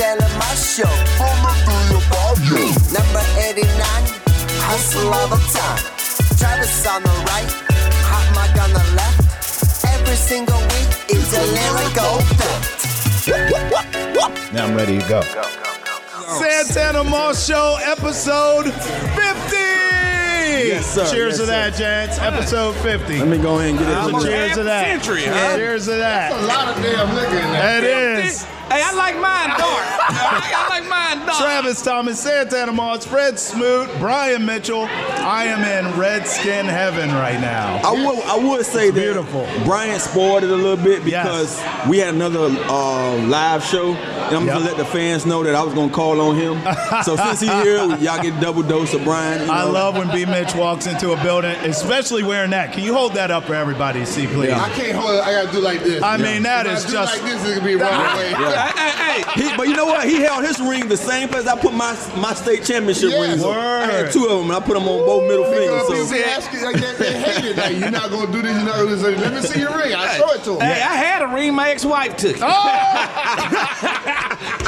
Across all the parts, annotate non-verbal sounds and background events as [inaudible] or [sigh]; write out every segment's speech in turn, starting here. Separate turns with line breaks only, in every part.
show. I'ma do your body. Number 89, hustle all the time. Travis on the right, Hot Mike on the left. Every single week is a lyrical theft.
Now I'm ready to go.
Santana Moss Show, episode 50!
Yes, sir.
Cheers to
Yes, sir.
that, gents. Episode 50.
Let me go ahead and get it.
So
to the-
cheers to that.
Century, huh?
Yeah, Cheers to
A
that.
lot of damn liquor in there.
That is
Hey, I like
[laughs]
mine dark. I like mine dark.
Travis Thomas, Santana Moss, Fred Smoot, Brian Mitchell. I am in redskin heaven right now.
I would, I would say that
Beautiful.
Brian spoiled it a little bit
Yes.
because we had another uh, live show, and I'm
Yep.
gonna let the fans know that I was gonna call on him. so since [laughs] he here, y'all get double dose of Brian. you
I
know.
love when B. Mitch walks into a building, especially wearing that. Can you hold that up for everybody to see, please?
I can't hold it. I gotta do like this.
I mean, that
If I
is
do
just-
like this. It's gonna be right away.
Hey, hey, hey.
He, but you know what? He held his ring the same place I put my my state championship
Yes.
rings. on. I
Word.
had two of them, and I put them on both middle
Nigga, people
fingers. So
ask you, like, they, they hate it. Like, you're not gonna do this. You're not gonna do this. Let me see your ring. I show it to
Hey,
him.
I had a ring. My ex-wife took it.
Oh.
[laughs]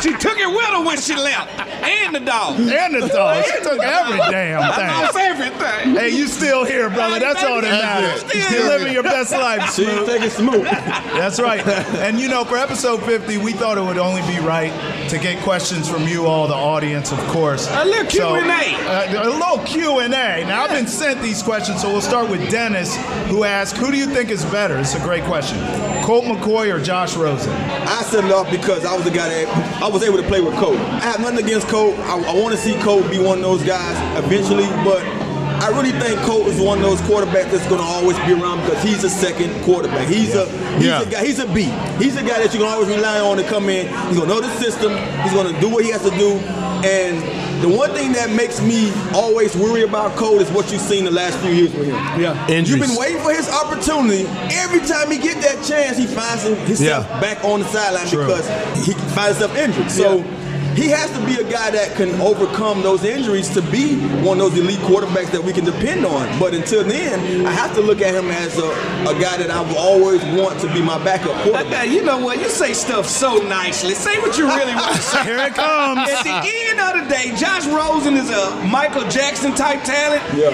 she took it with her when she left, and the dog.
And the dog. She took every damn
I lost
thing.
everything.
Hey, you still here, brother. That's all that
That's
matters.
it.
You still living your best life,
she
Smoot.
didn't take it smooth.
[laughs] That's right. And you know, for episode 50, we thought it would only be right to get questions from you all, the audience, of course.
A little Q&A.
uh, a little Q&A. Now, I've been sent these questions, so we'll start with Dennis, who asked, who do you think is better? It's a great question. Colt McCoy or Josh Rosen?
I set it off because I was the guy that I was able to play with Cole. I have nothing against Cole. I, I want to see Cole be one of those guys eventually, but I really think Cole is one of those quarterbacks that's going to always be around because he's a second quarterback. He's a he's
Yeah.
a guy. He's a B. He's a guy that you can always rely on to come in. He's going to know the system. He's going to do what he has to do. And the one thing that makes me always worry about Cole is what you've seen the last few years with him. Yeah,
Injuries.
You've been waiting for his opportunity. Every time he get that chance, he finds himself
Yeah.
back on the sideline
True.
because he finds himself injured. So he has to be a guy that can overcome those injuries to be one of those elite quarterbacks that we can depend on. But until then, I have to look at him as a, a guy that I will always want to be my backup quarterback.
Hey, you know what? You say stuff so nicely. Say what you really want to
[laughs]
say.
Here it comes.
At the end of the day, Josh Rosen is a Michael Jackson type talent,
Yeah.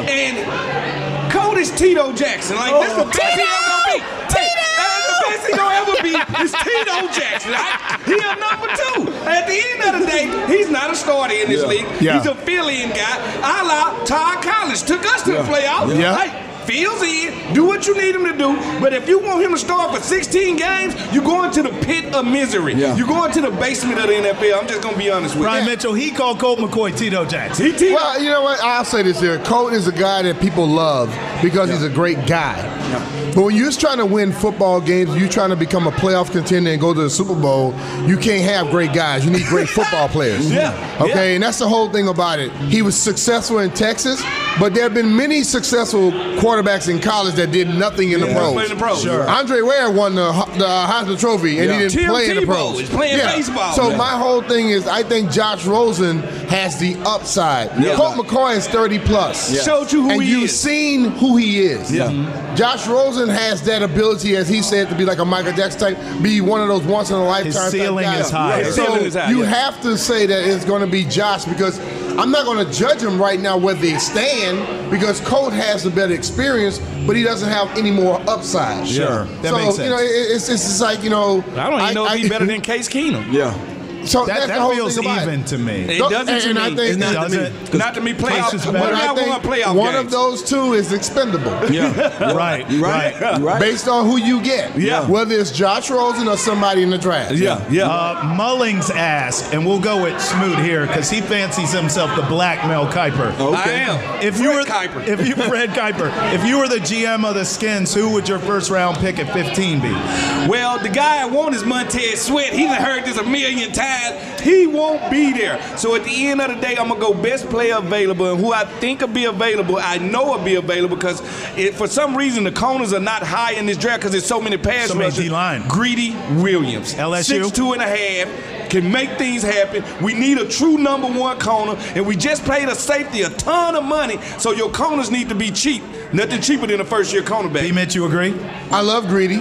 and Code is Tito Jackson. Like this is the best he ever gonna be. Tito, the best he gonna ever be is Tito Jackson. I, he a number two. At the end of the day, he's not a starter in this
Yeah.
league.
Yeah.
He's a fill-in guy. A la Todd Collins took us to the playoffs.
Yeah.
Hey, Fields in, do what you need him to do, but if you want him to start for 16 games, you're going to the pit of misery.
Yeah.
You're going to the basement of the NFL. I'm just going to be honest with you.
Brian Mitchell, he called Colt McCoy Tito Jackson.
He teed
Well, you know what? I'll say this here. Colt is a guy that people love because he's a great guy. But when you're trying to win football games, you're trying to become a playoff contender and go to the Super Bowl, you can't have great guys. You need
[laughs]
great football players.
Yeah,
Okay,
yeah.
and that's the whole thing about it. He was successful in Texas, but there have been many successful quarterbacks in college that did nothing in the
Yeah.
pros.
Played in the pros. Sure.
Andre Ware won the, Ho- the Heisman Trophy, and
Yeah.
he didn't
Tim
play in the
Tebow
pros.
is playing baseball,
So
man.
my whole thing is, I think Josh Rosen has the upside.
Yeah.
Colt McCoy is 30 plus.
showed you who
and
he
you've
is.
seen who he is.
Yeah.
Josh Rosen has that ability, as he said, to be like a Michael Jackson type, be one of those once in a lifetime.
His
type
ceiling
guys.
is high.
His
So
ceiling is high,
you
yeah.
have to say that it's going to be Josh because I'm not going to judge him right now whether they stand because Colt has the better experience, but he doesn't have any more upside.
Sure. That
so
makes
you know, it-
sense.
it's it's just like you know.
I don't even know if he's better than Case Keenum.
Yeah.
[laughs] So
That,
that's the
that
whole
feels
thing about it.
even to me.
It
No,
doesn't to
and
me.
I think-
It's not
It
to
doesn't.
me. Not to me.
Case is
Playoffs.
better.
What
But
We're
I
I
want playoff
think one
games.
of those two is expendable.
Yeah.
Right, right.
Right.
based on who you get.
Yeah.
Whether it's Josh Rosen or somebody in the draft.
Yeah. Yeah.
Uh, Mullings asked, and we'll go with Smoot here because he fancies himself the black Mel Kiper.
I
okay.
am.
If you were
Fred Kiper.
if you Fred Kuiper, if you were the GM of the Skins, who would your first round pick at 15 be?
Well, the guy I want is Montez Sweat. He's heard this a million times. He won't be there. So at the end of the day, I'm gonna go best player available, and who I think will be available, I know will be available because it, for some reason the corners are not high in this draft because there's so many pass
So many
rushers.
D-line.
Greedy Williams,
LSU.
six two and a half, can make things happen. We need a true number one corner, and we just paid a safety a ton of money, so your corners need to be cheap. Nothing cheaper than a first year
B.
cornerback.
Mitch, you agree?
I love Greedy,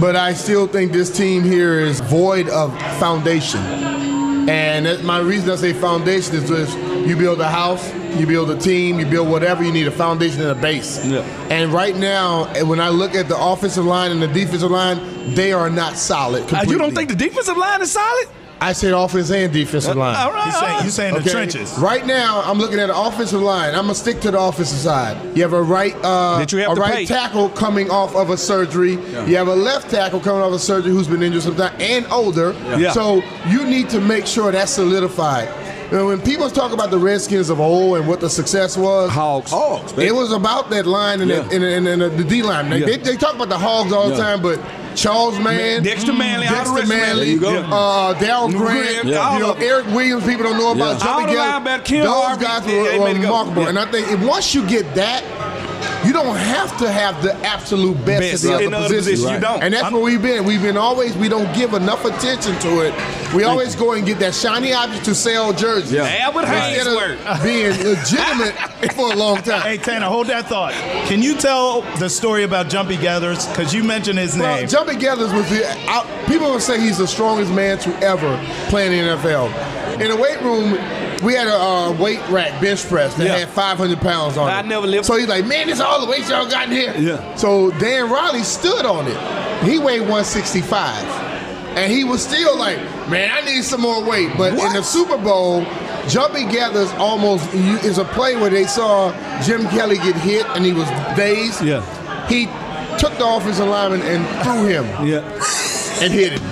but I still think this team here is void of foundation. And that, my reason I say foundation is just you build a house, you build a team, you build whatever you need a foundation and a base.
Yeah.
And right now, eh, when I look at the offensive line and the defensive line, they are not solid.
Uh,
Completely.
you don't think the defensive line is solid?
I said offense and defensive line.
All right.
You saying you saying the
Okay?
trenches?
Right now, I'm looking at the offensive line. I'm gonna stick to the offensive side. You have a right, uh,
That you have
a
to
right
pay.
tackle coming off of a surgery. You have a left tackle coming off a surgery who's been injured sometime and older.
Yeah.
So you need to make sure that's solidified. And when people talk about the Redskins of old and what the success was,
Hogs.
Hogs, baby.
it was about that line and, the,
Yeah.
and, and, and the D line. They,
Yeah.
they, they talk about the Hogs all the
Yeah.
time, but Charles Mann, mm,
Dexter Manley, all the
Dexter
rest of them.
Manley,
There you go.
uh, Daryl
Grant,
Grant,
all
you know,
of 'em.
Eric Williams, people don't know about
Yeah.
Johnny
All the
Gallup.
linebackers, Ken
Those
Harvey,
guys
they- they
were, were
made it go.
remarkable.
Yeah.
And I think if, once you get that, you don't have to have the absolute best,
Best
in the other
in the other
position.
position, you don't.
And that's
I'm-
where we've been. We've been always, we don't give enough attention to it. We always go and get that shiny object to sell jerseys.
Yeah.
Albert Haynes
Instead of
work.
being legitimate [laughs] for a long time.
Hey Tana, hold that thought. Can you tell the story about Jumpy Gathers? Because you mentioned his
Well,
name.
Jumping Gathers was the out, people would say he's the strongest man to ever play in the NFL. In the weight room, we had a uh, weight rack bench press that
Yeah.
had 500 pounds on
I
it.
never lived-
So he's like, man, this is all the weight y'all got in here.
Yeah.
So Dan Riley stood on it. He weighed 165. And he was still like, man, I need some more weight. But in the Super Bowl, Jumpy Gathers almost you- is a play where they saw Jim Kelly get hit and he was dazed.
Yeah.
He took the offensive lineman and threw him
Yeah.
and hit it.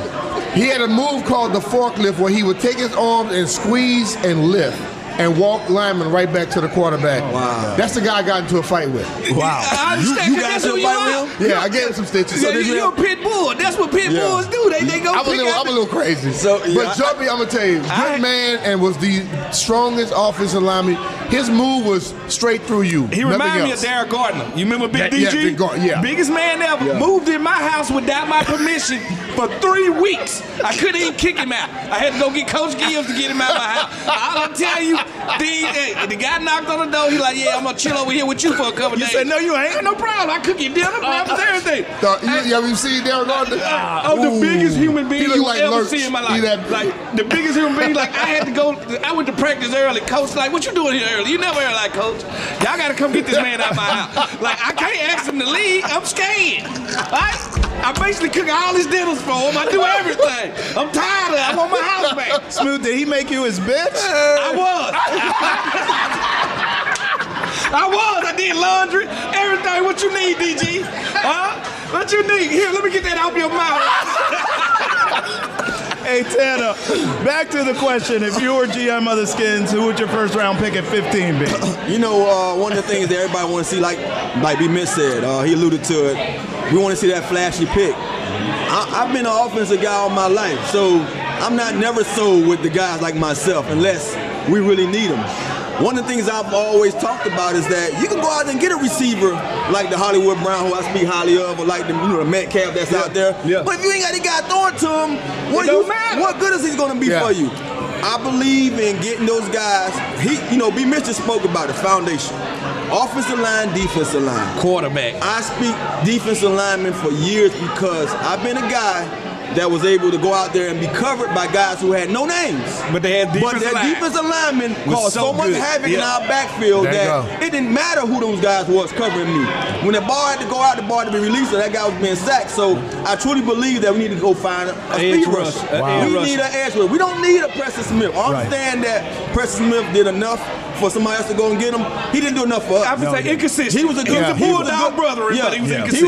He had a move called the forklift where he would take his arms and squeeze and lift and walk lineman right back to the quarterback. wow. That's the guy I got into a fight with.
I understand.
You- you
'cause
guys
that's who
in
you
a fight
are.
with him?
Yeah, I gave him some stitches.
Yeah, you, you're a pit bull. That's what pit
Yeah.
bulls do. They they go
I'm a
pick
little,
out
I'm a little crazy.
So, yeah,
but
I-
Jumpy, I'm gonna tell you, good
I-
man, and was the strongest offensive lineman. His move was straight through you.
He
nothing
reminded me of
else.
Derek Gardner. You remember Big
Yeah, yeah,
DG?
Big Gar- yeah.
Biggest man ever.
Yeah.
Moved in my house without my permission for three weeks. I couldn't even kick him out. I had to go get Coach Gibbs to get him out of my house. All I'm telling you, the, the guy knocked on the door. He like, yeah, I'm going to chill over here with you for a couple
You
days.
said, "No, you ain't."
No problem. I cook your dinner, breakfast, everything.
Uh, you, you ever seen Derek Gardner?
I'm Oh, the
Ooh.
biggest human being
He
I've
like
ever
lurch.
seen in my
He
life.
that-
like the biggest human being. Like I had to go. I went to practice early. Coach, like, what you doing here early? You never early, like, coach. Y'all got to come get this man out my house. Like I can't ask him to leave. I'm scared. Right? I basically cook all his dinners for him. I do everything. I'm tired of. it. I want my house back.
Smooth, did he make you his bitch?
I was. [laughs] I was. I did laundry, everything. What you need, DG? Huh? What you need? Here, let me get that out your mouth.
Hey Tana, back to the question. If you were GM of the Skins, who would your first round pick at 15 be?
You know, uh, one of the things that everybody want to see, like like B. Miss said, uh, he alluded to it. We want to see that flashy pick. I, I've been an offensive guy all my life, so I'm not never sold with the guys like myself unless we really need them. One of the things I've always talked about is that you can go out and get a receiver like the Hollywood Brown, who I speak highly of, or like the, you know, the Metcalf that's out there.
yeah.
But if you ain't got a guy throwing to him, what,
It
you,
don't matter.
what good is he going to be
Yeah.
for you? I believe in getting those guys. He, you know, B. Mitchell spoke about it. Foundation, offensive line, defensive line.
Quarterback.
I speak defensive lineman for years because I've been a guy that was able to go out there and be covered by guys who had no names.
But they had
But
defensive
that
line.
defensive lineman
Was
caused so,
so
much
good.
havoc in
Yeah.
our backfield
There you
that it didn't matter who those guys was covering me. When the ball had to go out, the ball had to be released, and that guy was being sacked. So I truly believe that we need to go find a, a
Edge
speed
rush,
rusher.
a edge
We
rusher.
need an edge rusher. We don't need a Preston Smith. I
Right.
understand that Preston Smith did enough for somebody else to go and get him. He didn't do enough for us.
I would say inconsistent.
He was a good,
He was a
he was
bulldog
good-
brother, but he was
He was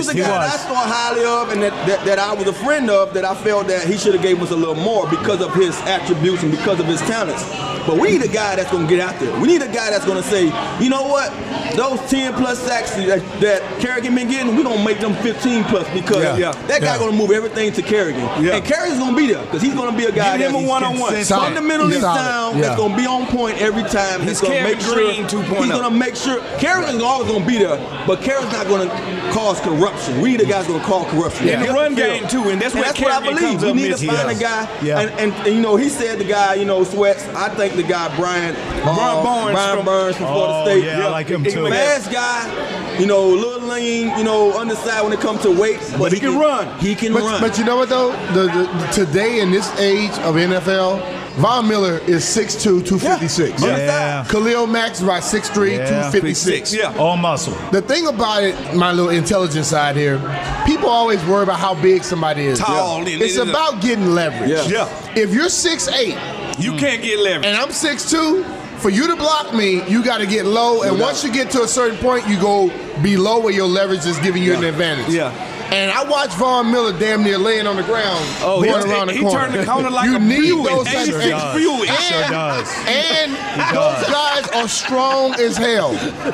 a
inconsistent.
guy
He
that
was.
I thought highly of, and that, that, that I was a friend of. That I felt that he should have gave us a little more because of his attributes and because of his talents. But we need a guy that's gonna get out there. We need a guy that's gonna say, you know what, those ten plus sacks that, that Kerrigan been getting, we are gonna make them fifteen plus because
Yeah. Yeah.
that guy
Yeah.
gonna move everything to Kerrigan,
Yeah.
and Kerrigan's gonna be there because he's gonna be a guy
Give him
that
a
he's
one-on-one.
consistent,
Solid.
fundamentally
Yeah. Solid.
sound,
Yeah.
that's gonna be on point every time.
He's
that's gonna
Kerry
make sure
Green 2.0.
he's gonna make sure Kerrigan's always gonna be there, but Kerrigan's not gonna cause corruption. We need a guy's gonna call corruption.
In the run game, too, and that's where
that's what I
Kerrigan
believe.
comes
We
up
need to
missing.
find a
Yes.
guy.
Yeah.
And, and, and, you know, he said the guy, you know, sweats. I think the guy Brian
Brian
uh,
Burns
Brian
from-
Burns from
Oh,
Florida State.
yeah, I like him, too.
Fast guy, you know, little lean, you know, underside when it comes to weight, but,
he can run.
He can
But,
run.
but you know what though? The, the, today in this age of NFL, Von Miller is 6'2", 256.
Yeah.
Yeah.
Khalil Mack's about 6'3",
Yeah.
256.
Yeah.
All muscle.
The thing about it, my little intelligence side here, people always worry about how big somebody is.
Tall, and-
It's
and-
about getting leverage.
Yeah.
Yeah.
If you're 6'8",
You can't get leverage.
and I'm 6'2", for you to block me, you got to get low. And
doubt.
once you get to a certain point, you go below where your leverage is giving you an advantage.
Yeah.
And I watched Von Miller damn near laying on the ground,
Oh, he,
going around the
he
corner.
turned the corner like
[laughs] you
a
need
Buick.
those type of
86
things.
does.
Buick.
He sure
And- [laughs]
does.
And those guys are strong as hell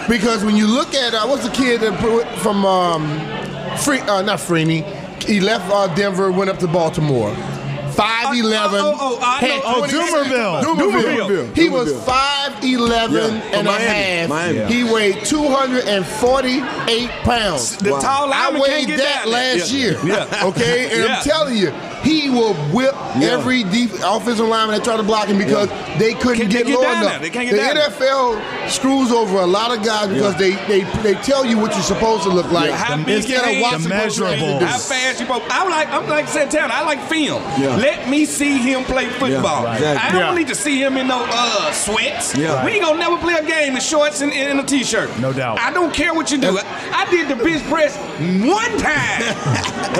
because when you look at uh, what's the kid that put- from um, Free, uh, not Freeney, he left uh, Denver, went up to Baltimore. 5'11.
Uh, Oh, oh, oh, I know-
had
oh,
26
Doomerville.
Doomerville.
Doomerville.
He was
Doomerville.
5'11
Yeah,
and
from
a half.
Miami. Miami.
He weighed 248 pounds.
The tall
I
lineman can't
weighed
get
that
down there.
last
Yeah.
year.
Yeah.
Okay, and
Yeah.
I'm telling you, he will whip
Yeah.
every deep offensive lineman that tried to block him because they couldn't
Can't-
get,
they get
low
down
enough.
there. They can't
the
get down there.
NFL screws over a lot of guys because they, they they tell you what you're supposed to look like
How big
instead
your
of
hands-
watching
The
what you're supposed to
measurables.
do.
How fast you both? I like. I'm like Santana. I like film.
Yeah.
Let me see him play football.
right. Exactly.
I don't
Yeah.
need to see him in no uh sweats.
Yeah.
We ain't gonna never play a game in shorts and, and a t-shirt.
No doubt.
I don't care what you do. I, I did the bench press one
[laughs]
time,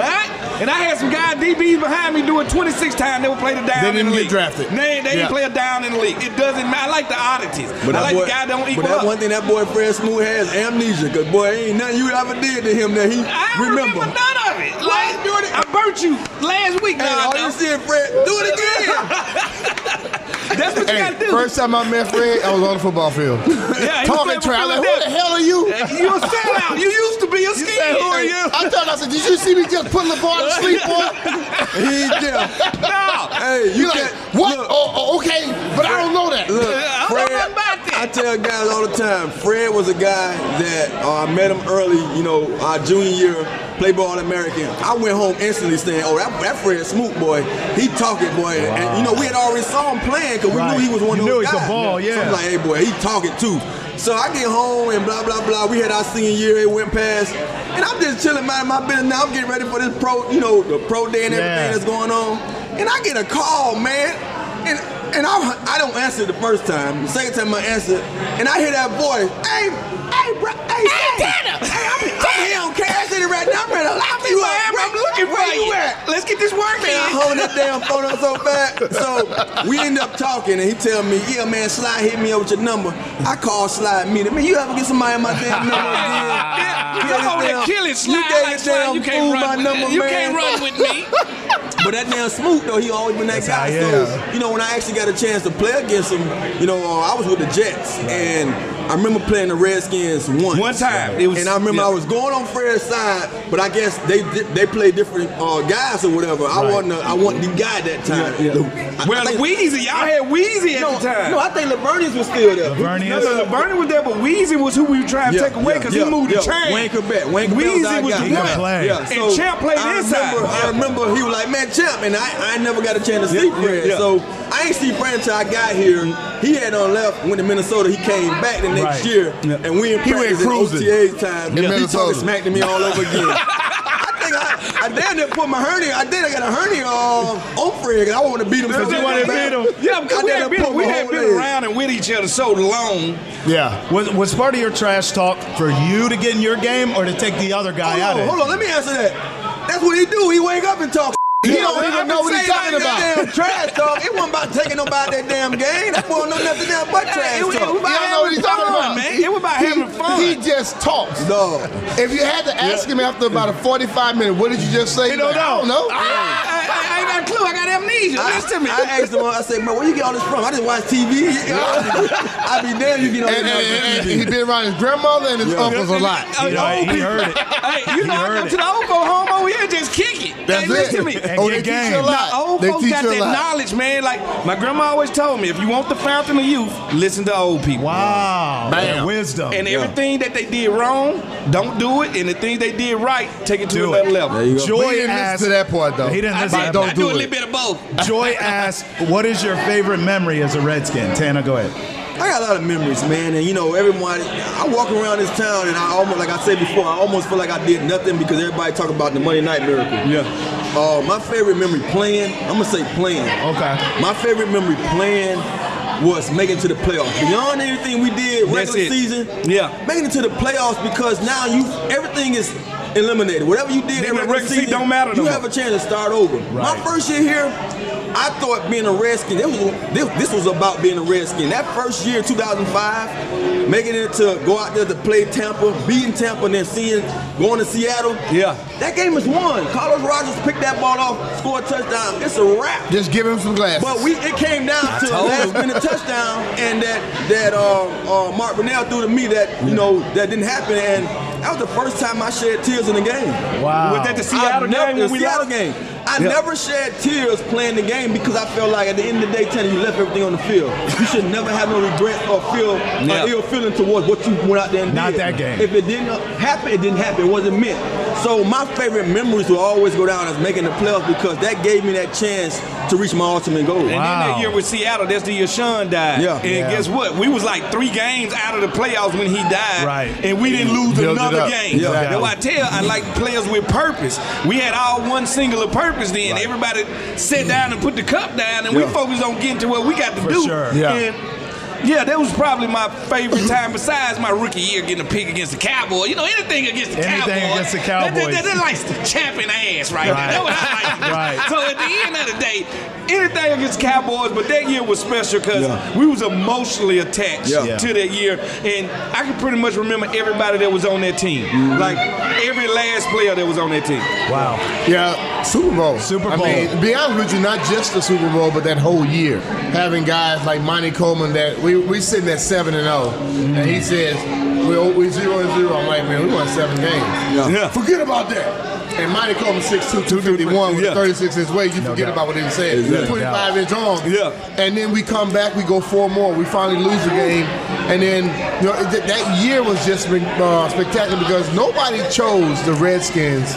right? And I had some guy DBs behind me doing 26 times. Never played a down.
They
in
didn't
the
get
league.
drafted.
They, they
Yeah.
didn't play a down in the league. It doesn't matter. I like the oddities. I
that
like
boy-
the guy that don't equal
But that
up.
one thing that boy Fred Smooth has amnesia, cause boy, ain't nothing you ever did to him that he
I don't remember.
remember.
none of it. Like I burnt you last week.
Hey,
nah,
all
dog.
you said, Fred, do it again.
[laughs] That's what you
Hey,
gotta do.
first time I met Fred, I was on the football field.
[laughs] yeah, he
Talking
was
to him,
playing for
like, who the
Philadelphia.
hell are you?
You a sellout. You used to be a skinhead.
I thought I said, did you see me just putting the
[laughs]
ball to sleep, boy?
he ain't there.
No.
Hey, you
You like
can't.
what? Oh, oh, okay, but I don't know that.
Look,
[laughs] I don't know
Fred,
nothing about that.
I tell guys all the time, Fred was a guy that uh, I met him early, you know, our junior year, played ball American. I went home instantly saying, oh, that, that Fred Smoot boy, he talking, boy. And, you know, we had already saw him playing because we
Right.
knew he was one
You
of
knew
those
he could
guys.
ball,
So
yeah.
I'm like, hey, boy, he talking too. So I get home and blah, blah, blah. We had our senior year, it went past. And I'm just chilling, minding my business. Now I'm getting ready for this pro, you know, the pro day and everything
Yeah.
that's going on. And I get a call, man. And and I, I don't answer the first time. The second time I answer, and I hear that voice, hey, hey, bro, hey, hey, hey I'm, I'm here on Cash City right now. I'm ready to lock you up.
Where am I? I'm
Where-
looking
where
for
you
you.
at?
Let's get this work
Man, I
in.
hung that damn phone up so bad. So we end up talking, and he tell me, "Yeah, man, Sly hit me up with your number." I call Sly immediately. Man, you ever get somebody my damn number again?
Yeah,
You
[laughs] you
got
over
that
there
damn-
killing Sly.
You gave
like,
that
Sly,
damn
you
fool
can't run
my
with
number,
You
man.
can't run with me.
But that damn Smoot though, he always been that guy.
how he
So, you know, when I actually got a chance to play against him, you know, uh, I was with the Jets, and I remember playing the Redskins once.
One time. It was-
and I remember
yeah.
I was going on Fred's side, but I guess they di- they play different uh, guys or whatever. I wasn't a- I wasn't the guy that time. I- I
well,
think-
Weezy, y'all had Weezy at
no,
the time.
no, I think Lavernius was still there.
[laughs] No,
Lavernius.
no, no, Bernie was there, but Weezy was who we were trying to
Yeah,
take away
yeah,
because
yeah,
he moved
yeah.
the chain.
Wayne Corbett. Wayne Corbett
Weezy
our
was
guy.
the
He could
one.
play.
Yeah,
And
so
Champ played
I
inside.
Remember, I remember he was like, man, Champ, and I, I never got a chance to see Fred.
yeah.
So I ain't see Fred until I got here. He had on left, went to Minnesota. He came back the next
Right.
year, and we in
He went
practice at
cruising
OTA time.
in
He
Minnesota.
talking smack to me all over
[laughs]
again. I think I, I damn near put my hernia. I did. I got a hernia uh, on Fred. 'cause I want to beat him. so
you
bad.
wanted to beat him.
Yeah, because
I
we
done
had been,
put
we
my
had
whole
been
leg.
around and with each other so long.
Yeah.
Was, was part of your trash talk for you to get in your game or to take the other guy
Hold
out
on,
of
hold
it?
on, let me answer that. That's what he do. He wake up and talk.
He don't even
I've
know
been
what he's
saying
talking
all that
about.
Damn trash talk. It wasn't about taking nobody that damn game. That boy know nothing else but
Hey,
trash
it was- it
talk.
was-
He don't know what he's talking about.
man. It was about
He-
having fun.
He just talks.
Dog.
If you had to ask him after about a 45 minute, what did you just say?
He don't
I don't
know. Ah!
know.
I, I, I ain't got a clue. I got amnesia.
I,
Listen to me.
I asked him, I said, bro, where you get all this from? [laughs] I just watch TV. I be damn you get all
And,
this
and, and,
from
he's
TV.
been around his grandmother and his uncles a lot.
Oh,
You know,
old
he
people.
heard it.
Hey, you
He
know, I
heard
come
it.
to the old folk home over here and just kick it.
That's
hey,
it.
listen to me.
Oh,
Get
they teach
game.
you a lot.
Nah, old
they
folks
teach
got
you a
that
lot.
knowledge, man. Like my grandma always told me, if you want the fountain of youth, listen to old people.
Wow.
Bam.
That Wisdom.
And everything that they did wrong, don't do it. And the things they did right, take it to another level.
you
Joy
He didn't
asked,
listen to that part though.
He didn't
I,
listen
did,
to
don't
I
that.
do,
do
a
it.
little bit of
[laughs]
both.
Joy asked, what is your favorite memory as a Redskin? Tana, go ahead.
I got a lot of memories, man, and you know, everyone. I walk around this town, and I almost, like I said before, I almost feel like I did nothing because everybody talk about the Monday Night Miracle.
Yeah.
Uh, my favorite memory playing, I'm gonna say playing.
Okay.
My favorite memory playing was making it to the playoffs. Beyond everything we did
That's
regular
it.
season,
Yeah.
making it to the playoffs because now you everything is eliminated. Whatever you did in
Then the
regular
regular season
season
don't matter no
You
more.
have a chance to start over. My
Right.
first year here, I thought being a Redskin. It was, this, this was about being a Redskin. That first year, 2005, making it to go out there to play Tampa, beating Tampa, and then seeing going to Seattle.
Yeah.
that game is won. Carlos Rogers picked that ball off, scored a touchdown. It's a wrap.
Just give him some glasses.
But we it came down to a
told
last
him.
minute touchdown and that that uh, uh, Mark Brunell threw to me that you know that didn't happen and that was the first time I shed tears in the game.
Wow.
Was that the Seattle
I never,
game when we
Seattle
lost?
game. I
Yeah.
never shed tears playing the game because I felt like at the end of the day, Tanner, you left everything on the field. You should never have no regret or feel
Yeah.
or ill feeling towards what you went out there and
Not
did.
that game.
If it didn't happen, it didn't happen. It wasn't meant. So my favorite memories will always go down as making the playoffs because that gave me that chance to reach my ultimate goal.
And then
Wow.
that year with Seattle, that's the year Sean died.
Yeah.
And
Yeah.
guess what? We was like three games out of the playoffs when he died.
Right.
And we didn't lose
Built it
another
up.
game.
Yeah.
That's why I tell I like players with purpose. We had all one singular purpose then. Everybody sat down and put the cup down and we
Yeah.
focused on getting to what we got to
For
do.
sure.
Yeah.
And yeah, that was probably my favorite time besides my rookie year getting a pick against the Cowboys. You know, anything against the
Anything
Cowboys.
against the
that- that-
Cowboys.
That, that likes to champion ass right,
Right.
there. That's what I like. to do.
[laughs] Right.
So at the end of the day, anything against Cowboys, but that year was special because
Yeah.
we was emotionally attached
Yeah. Yeah.
to that year, and I can pretty much remember everybody that was on that team, like every last player that was on that team.
Wow.
Yeah, Super Bowl.
Super
I
Bowl.
mean, to be honest with you, not just the Super Bowl, but that whole year. Having guys like Monty Coleman that we we sitting at seven and 0 and he says we we zero and zero. I'm like, man, we won seven games.
Yeah.
Forget about that. And Monty Coleman 6'2", 251 with
Yeah.
a 36 inch waist. You forget
doubt.
about what he was saying.
Exactly.
25 inch arms.
Yeah.
And then we come back, we go four more. We finally lose the game. And then you know, th- that year was just uh, spectacular because nobody chose the Redskins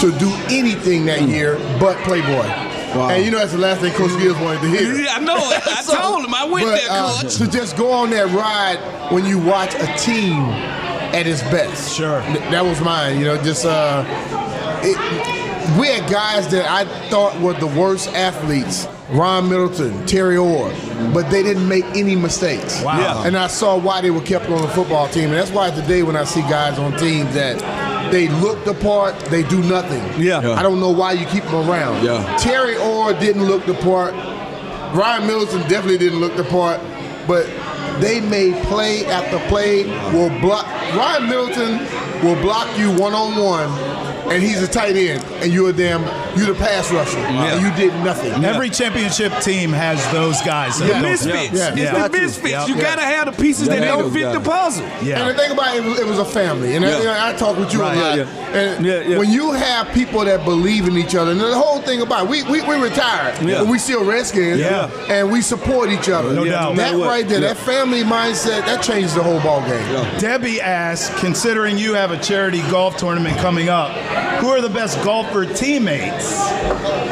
to do anything that
Hmm.
year but Playboy. And you know that's the last thing Coach Gibbs wanted to hear.
Yeah, I [laughs] know. I told him. I went
But,
there,
uh,
coach.
to just go on that ride when you watch a team at its best.
Sure.
Th- that was mine. You know, just uh, it, we had guys that I thought were the worst athletes. Ron Middleton, Terry Orr, but they didn't make any mistakes.
Wow. Yeah.
And I saw why they were kept on the football team. And that's why today when I see guys on teams that they look the part, they do nothing.
Yeah. Yeah.
I don't know why you keep them around.
Yeah.
Terry Orr didn't look the part. Ryan Middleton definitely didn't look the part, but they made play after play. Will block Ryan Middleton will block you one on one, and he's a tight end, and you're a damn you're the pass rusher, and you did nothing.
Every championship team has those guys. that
The
don't-
misfits.
Yeah.
It's
Yeah.
the misfits.
Yeah.
You
Yeah.
gotta have the pieces that
Yeah.
don't fit the puzzle.
And the
Yeah.
thing about it, it was, it was a family. And I-
Yeah.
you know, I, talk with you
Right.
a lot.
Yeah,
And
Yeah, yeah.
when you have people that believe in each other, and the whole thing about it, we we, we retired,
Yeah.
but we still Redskins,
Yeah.
and we support each other.
No doubt.
That
No matter
right there,
what.
that family mindset, that changed the whole ball game.
Debbie asked, considering you have a charity golf tournament coming up, who are the best golfer teammates?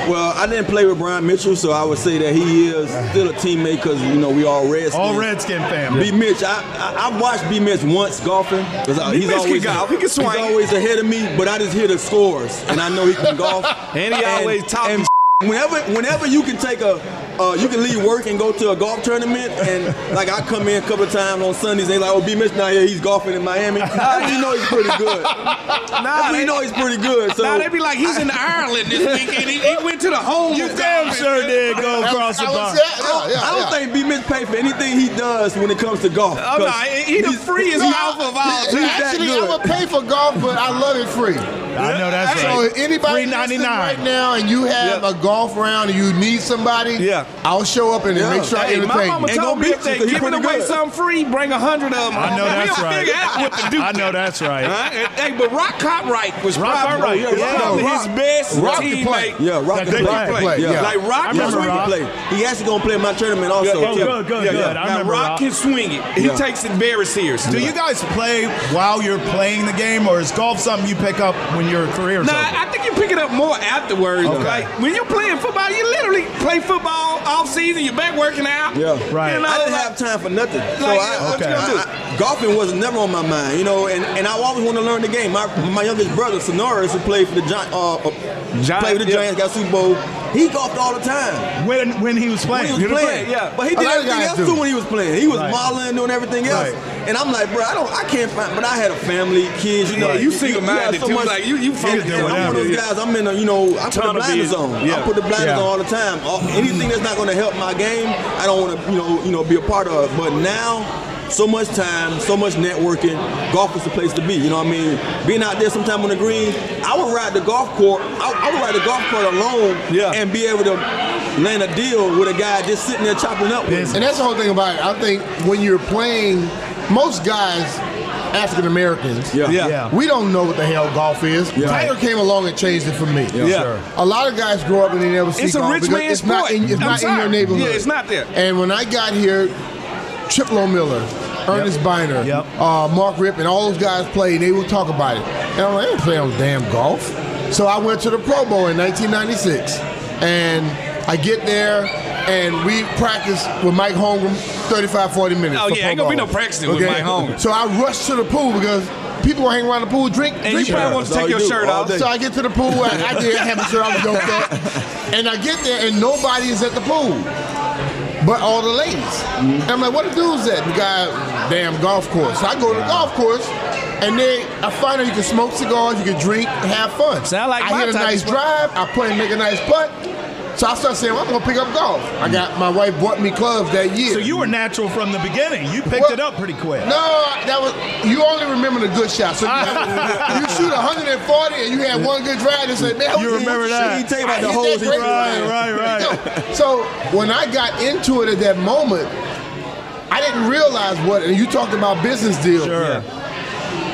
Well, I didn't play with Brian Mitchell, so I would say that he is still a teammate because you know we all Redskins.
All Redskin
B.
family.
Mitch, I, I I watched B. Mitch once golfing because
B.
he's
Mitch can
always
golf. He can swing.
He's always ahead of me, but I just hear the scores, and I know he can golf.
[laughs] And he always talking
and Whenever, whenever you can take a, uh, you can leave work and go to a golf tournament, and like I come in a couple of times on Sundays, they like, oh, B. Mitch now here, he's golfing in Miami. [laughs] That's when you know he's pretty good. That's
[laughs] Nah,
when
they,
you know he's pretty good. So
nah, they be like, he's in Ireland this weekend. He, he went to the home.
You
of
damn
golf.
sure did go across the
I
bar.
was- yeah,
Oh, I don't,
yeah, yeah,
I
yeah.
don't think B. Mitch paid for anything he does when it comes to golf.
Oh, no,
'cause
he the
he's-
freest
No,
golfer of all
I-
time.
that
Actually,
good.
I'm gonna pay for golf, but I love it free.
I know that's
So
right.
if anybody listening
399.
right now, and you have
Yeah.
a golf round, and you need somebody,
Yeah.
I'll show up and
Yeah.
make sure I
Hey,
entertain.
my
you.
mama
Ain't
told
gonna
me
beat
if
you
they
'cause you're
giving
pretty
away
good.
something free, bring a hundred of them.
I know
home.
that's
[laughs] we'll
right.
figure out what to do.
I know that's right.
Huh? Hey, but Rock Cartwright was
Rock Cartwright,
probably,
yeah,
was probably
Rock.
his best
Rock can play.
teammate.
Yeah, Rock
That
and
they
play.
can play.
Play, yeah.
I
Like Rock can
remember
swing
Rock.
it.
play. He actually gonna play in my tournament also.
Yeah,
too.
Oh, good, good, good. I
now
remember
Rock
Rock.
can swing it. He
Yeah.
takes it very seriously.
Do you guys play while you're playing the game, or is golf something you pick up when when your career's
No,
over.
I think you pick it up more afterwards.
Okay.
Like when you're playing football, you literally play football off season. You're back working out.
Yeah.
Right.
You know,
I didn't
like-
have time for nothing. So
Like,
I,
what
you gonna
I-
do?
I- golfing was never on my mind, you know, and, and I always want to learn the game. My, my youngest brother, Sonoris, who played for the Giants, uh, uh,
Giant,
played for the
yeah.
Giants, got Super Bowl. He golfed all the time.
when when he was
When
playing.
he was
You
playing,
played, yeah.
But he
A
did
lot of
everything
guys
else
do.
too when he was playing. He was
Right.
modeling, doing everything else.
Right.
And I'm like, bro, I don't, I can't find, but I had a family, kids, you know.
Right. You single-minded,
have
too. Like, you- you fucking
and,
doing
and I'm one of
whatever.
those guys. I'm in a, you know, I put
Ton
the
of
blinders
biz-
on.
yeah.
I put the blinders
Yeah.
on all the time. All- Anything that's not going to help my game, I don't want to, you know, you know, be a part of. But now. So much time, so much networking. Golf is the place to be. You know what I mean? Being out there sometime on the green, I would ride the golf court. I, I would ride the golf court alone
Yeah.
and be able to land a deal with a guy just sitting there chopping up with.
Business.
me.
And that's the whole thing about it. I think when you're playing, most guys, African Americans,
Yeah.
Yeah.
Yeah.
we don't know what the hell golf is. Tiger came along and changed it for me.
Yeah. Sure.
A lot of guys grow up and they never see
It's a
golf
rich
because
man's
it's not
sport.
in, it's
I'm
not in
sorry.
your neighborhood.
Yeah, it's not there.
And when I got here, Chip Low Miller, Ernest Biner,
Yep.
uh, Mark Rip, and all those guys played. They would talk about it. And I'm like, I ain't playing no damn golf. So I went to the Pro Bowl in 1996, and I get there. And we practiced with Mike Holmgren 35, 40 minutes.
Oh,
for
yeah, ain't
Pro
gonna be
Bowl.
no practicing with Mike Holmgren.
So I rushed to the pool because people hang around the pool drink.
And
drink
you probably
beer.
want to
That's all
take your
you do
shirt
all
off.
day.
So I get to the pool. I, I did have a shirt off, doped up.
[laughs]
And I get there, and nobody is at the pool, but all the ladies. And I'm like, "What the dudes at?" The guy, damn golf course. So I go to the golf course, and then I find out you can smoke cigars, you can drink, and have fun.
Sound like my
I hit a
type of
nice
sport.
drive. I play, make a nice putt. So I start saying, well, "I'm gonna pick up golf." I got my wife bought me clubs that year.
So you were natural from the beginning. You picked
Well-
it up pretty quick.
No, that was you only remember the good shots. So you,
[laughs]
you shoot 140 and you had one good drive and say, man,
You
what-
remember
what-
that.
He tell you
I
about the
hit
holes
that
he
great
Right,
drive.
right, right.
[laughs] No. So when I got into it at that moment, I didn't realize what. And you talked about business deals.
Sure.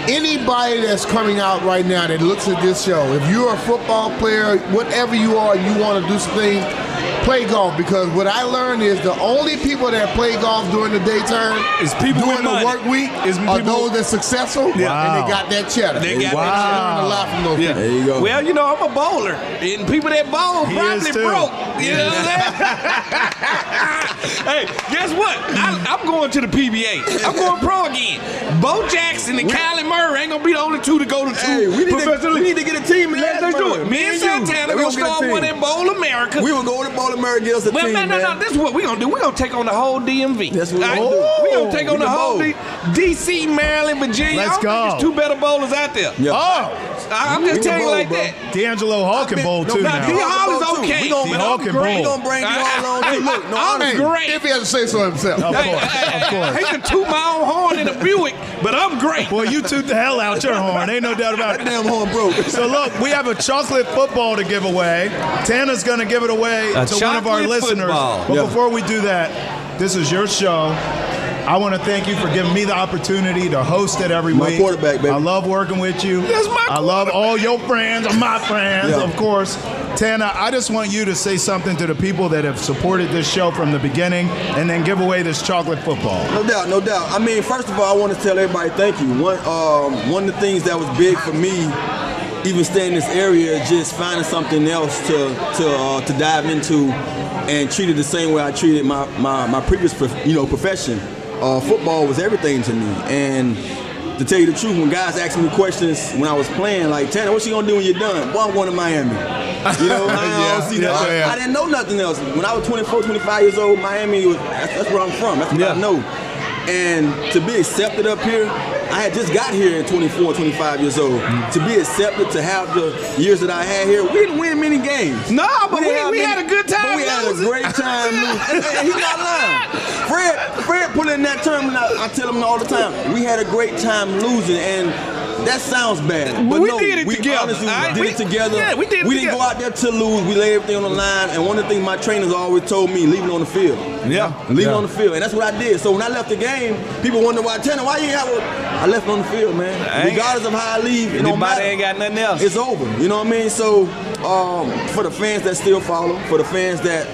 Anybody that's coming out right now that looks at this show, if you're a football player, whatever you are, you want to do some things, play golf. Because what I learned is the only people that play golf during the daytime
Is people with
during the
money.
work week
Is
are
people-
those that's successful and
Wow.
they got that cheddar.
They got that
I
cheddar.
learned a lot from those
Yeah.
people.
There you go.
Well, you know, I'm a bowler, and people that bowl
He
probably
is too.
broke. You know what I'm saying? [laughs] hey, guess what? I, I'm going to the PBA. I'm going pro again. Bo Jackson and Kylie Murray ain't gonna be the only two to go to two.
Hey, we need, to,
professional
we need to get a team. in
Let's
Lance
let's do
Murray.
it. Me and
you.
Santana
We gonna
gonna
get a
start
team.
one in Bowl America.
We will go to Bowling Murray and get us a
well,
team,
no, no, no. This is what we're gonna do. We're gonna take on the whole DMV.
That's what we
All
gonna do.
We're gonna take
We
on the
can
whole
bowl.
D- DC, Maryland, Virginia.
Let's
I don't
go.
Think there's two better bowlers out there.
Yeah.
Oh,
I, I'm
We
just
can
telling you
bowl,
like
bro.
that.
D'Angelo Hall can bowl
no,
too
no,
Now,
he
D
now.
all-
Hall
Bowl
is
too.
okay.
We gonna-
D
we
Hall
gonna
can
bring- we
bowl.
gonna bring D Hall on
Hey,
too. Look, no,
I'm
honestly.
great.
If he has to say so himself.
Of
Hey,
course,
hey,
of
hey,
course.
I hate to toot my own horn in a Buick, but I'm great.
Boy, you toot the hell out your horn. Ain't no doubt about
That
it.
damn horn broke.
So look, we have a chocolate football to give away. Tana's going to give it away
A
to one of our
chocolate
listeners.
football.
But
Yeah.
before we do that, this is your show. I want to thank you for giving me the opportunity to host it every
My
week.
quarterback, baby.
I love working with you.
That's my
I love all your friends, are
[laughs]
my friends,
Yeah.
of course. Tana, I just want you to say something to the people that have supported this show from the beginning, and then give away this chocolate football.
No doubt, no doubt. I mean, first of all, I want to tell everybody thank you. One, um, one of the things that was big for me, even staying in this area, is just finding something else to to uh, to dive into, and treat it the same way I treated my my, my previous prof- you know profession. Uh, football was everything to me, and to tell you the truth, when guys asked me questions when I was playing, like Tanner, what you gonna do when you're done? Boy, I'm going to Miami.
[laughs]
You know, I,
Yeah,
don't see
yeah,
that.
yeah.
I didn't know nothing else. When I was 24, 25 years old, Miami was that's, that's where I'm from. That's what I
Yeah.
know. And to be accepted up here, I had just got here at 24, 25 years old. To be accepted, to have the years that I had here, we didn't win many games.
No, but we-
didn't have
we had a good time
But we had
losing.
a great
[laughs]
time losing. And He's not lying. Fred, Fred put in that term, and I, I tell him all the time. We had a great time losing, and that sounds bad, but
We
no,
did it
we
together,
honestly
all right?
did
We-
it together.
yeah, we did it
We didn't
together.
go out out there to lose. We lay everything on the line. And one of the things my trainers always told me, leave it on the field.
Yeah.
Leave
Yeah.
it on the field. And that's what I did. So when I left the game, people wonder why Tanner, why you ain't have a I left it on the field, man.
Dang.
Regardless of how I leave, it don't
Anybody
matter.
ain't got nothing else.
It's over. You know what I mean? So um, for the fans that still follow, for the fans that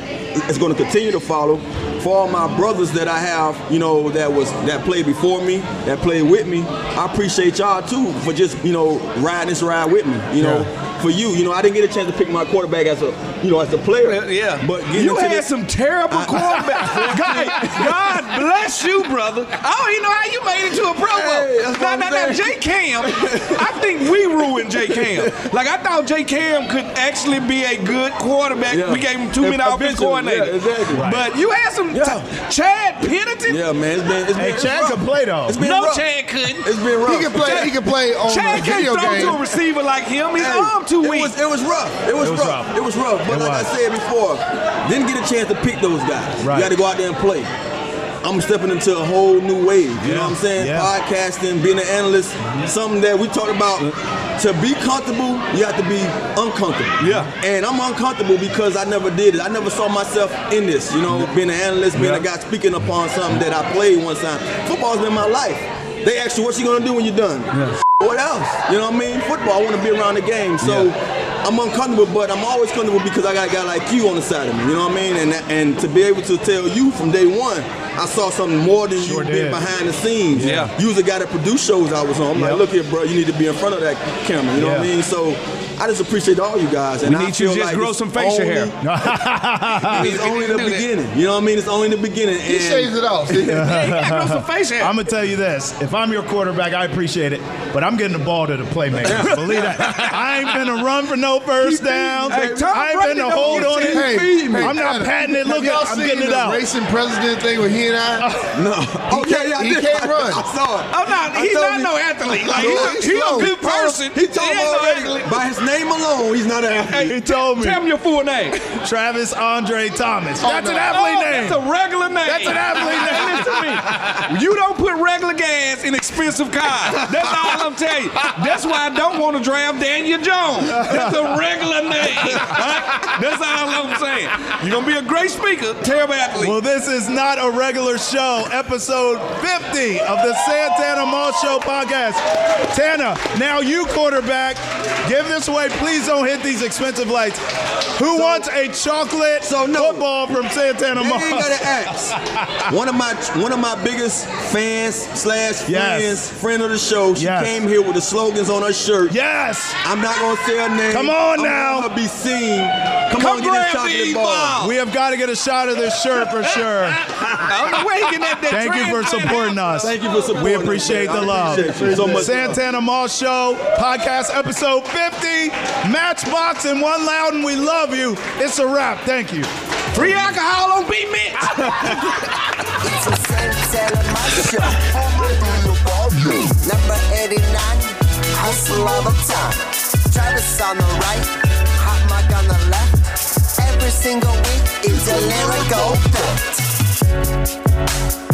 is going to continue to follow, for all my brothers that I have, you know, that was that played before me, that played with me. I appreciate y'all too for just you know riding this ride with me. You know, for you, you know, I didn't get a chance to pick my quarterback as a you know as a player.
Yeah,
but getting
you
into
had
this- [laughs]
some terrible quarterbacks. God, God bless you, brother. I don't even know how you made it to a Pro
Hey, that's
Bowl.
what
No,
I'm
no, no,
saying.
J Cam. I think we ruined J Cam. Like I thought J Cam could actually be a good quarterback.
Yeah.
We gave him two minute
Eventually,
offensive coordinator.
yeah, exactly. Right.
But you had some
Yeah.
t- Chad Pennington.
Yeah, man, it's been it's
Hey,
been
Chad
it's rough.
could play though.
It's been
No,
rough.
Chad couldn't.
It's been rough.
He can play. He can play on
Chad
a
can't
video
throw to a
game.
receiver like him. His
Hey,
arm too
it
weak.
Was, it was rough. It was,
It was
rough.
rough.
It was rough. But
It
like
was.
I said before, didn't get a chance to pick those guys.
Right.
You got to go out there and play. I'm stepping into a whole new wave. You
Yeah.
know what I'm saying?
Yeah. Mm-hmm.
Podcasting, being an analyst, something that we talked about. To be comfortable, you have to be uncomfortable.
Yeah.
And I'm uncomfortable because I never did it. I never saw myself in this. You know, being an analyst, being a
Yeah.
guy speaking upon something that I played one time. Football's been my life. They ask you, what you gonna do when you're done? What else? You know what I mean? Football. I want to be around the game. So I'm uncomfortable, but I'm always comfortable because I got a guy like you on the side of me. You know what I mean? And and to be able to tell you from day one, I saw something more than
Sure
you did
did.
behind the scenes.
Yeah.
You was a guy that produced shows I was on. I'm like,
Yep.
look here, bro. You need to be in front of that camera. You know what I
Yeah.
mean? So. I just appreciate all you guys, and
We
I
need you
feel
to just
like
grow
it's
some facial hair.
only- It's only the
Do that.
beginning. You know what I mean? It's only the beginning.
He shaves
And
it off. see?
Yeah, you gotta grow some facial hair.
I'm gonna tell you this: if I'm your quarterback, I appreciate it, but I'm getting the ball to the playmaker. Believe that. I ain't gonna run for no first down.
Hey, Tom
I ain't
Brady
gonna
don't
hold
get
on it.
ten
Hey,
feet,
hey,
I'm not
Adam,
patting it. Look,
have y'all
I'm
seen
getting it
the
out.
Racing president thing with he
[laughs]
and I.
no, oh yeah, yeah, I
he
did.
can't run.
I saw it.
Oh no,
I
he's
told
not
you.
no athlete. Like
No,
he's, a, he's a
slow.
good person.
He told
ain't
me
no
already,
athlete.
by his name alone, he's not an athlete.
He told me
Tell me your full name.
Travis Andre Thomas.
Oh,
That's
no.
an athlete
Oh,
name.
That's a regular name.
That's an athlete name.
Listen to me. You don't put regular gas in expensive cars. That's all I'm telling you. That's why I don't want to draft Daniel Jones. That's a regular name. [laughs] right? That's all I'm saying. You're gonna be a great speaker, terrible athlete.
Well, this is not a regular show. Episode 50 of the Santana Moss Show podcast. Tana, now you quarterback. Give this away. Please don't hit these expensive lights. Who wants a chocolate
So, no.
football from Santana
You
Moss?
ain't gotta ask. One of my one of my biggest fans slash
Yes.
friends, friend of the show. She
Yes.
came here with the slogans on her shirt.
Yes.
I'm not gonna say her name.
Come on
I
now.
want her to be seen. Come,
Come
on, get this
grab
chocolate
these
ball.
balls.
We have got to get a shot of this shirt for sure.
I don't know where he getting that. that
Thank you for
trans-
supporting us.
Thank you for supporting
We
us,
appreciate
man.
the
I
love.
appreciate you so much.
Santana Moss Show podcast episode 50. Matchbox and one Loudon. We love you. It's a wrap. Thank you.
Free alcohol on B Mitch.
It's a Santana Moss Show. Number 89, hustle all the time. Travis on the right, Hot Mike on the left. Every single week, it's a lyrical thought.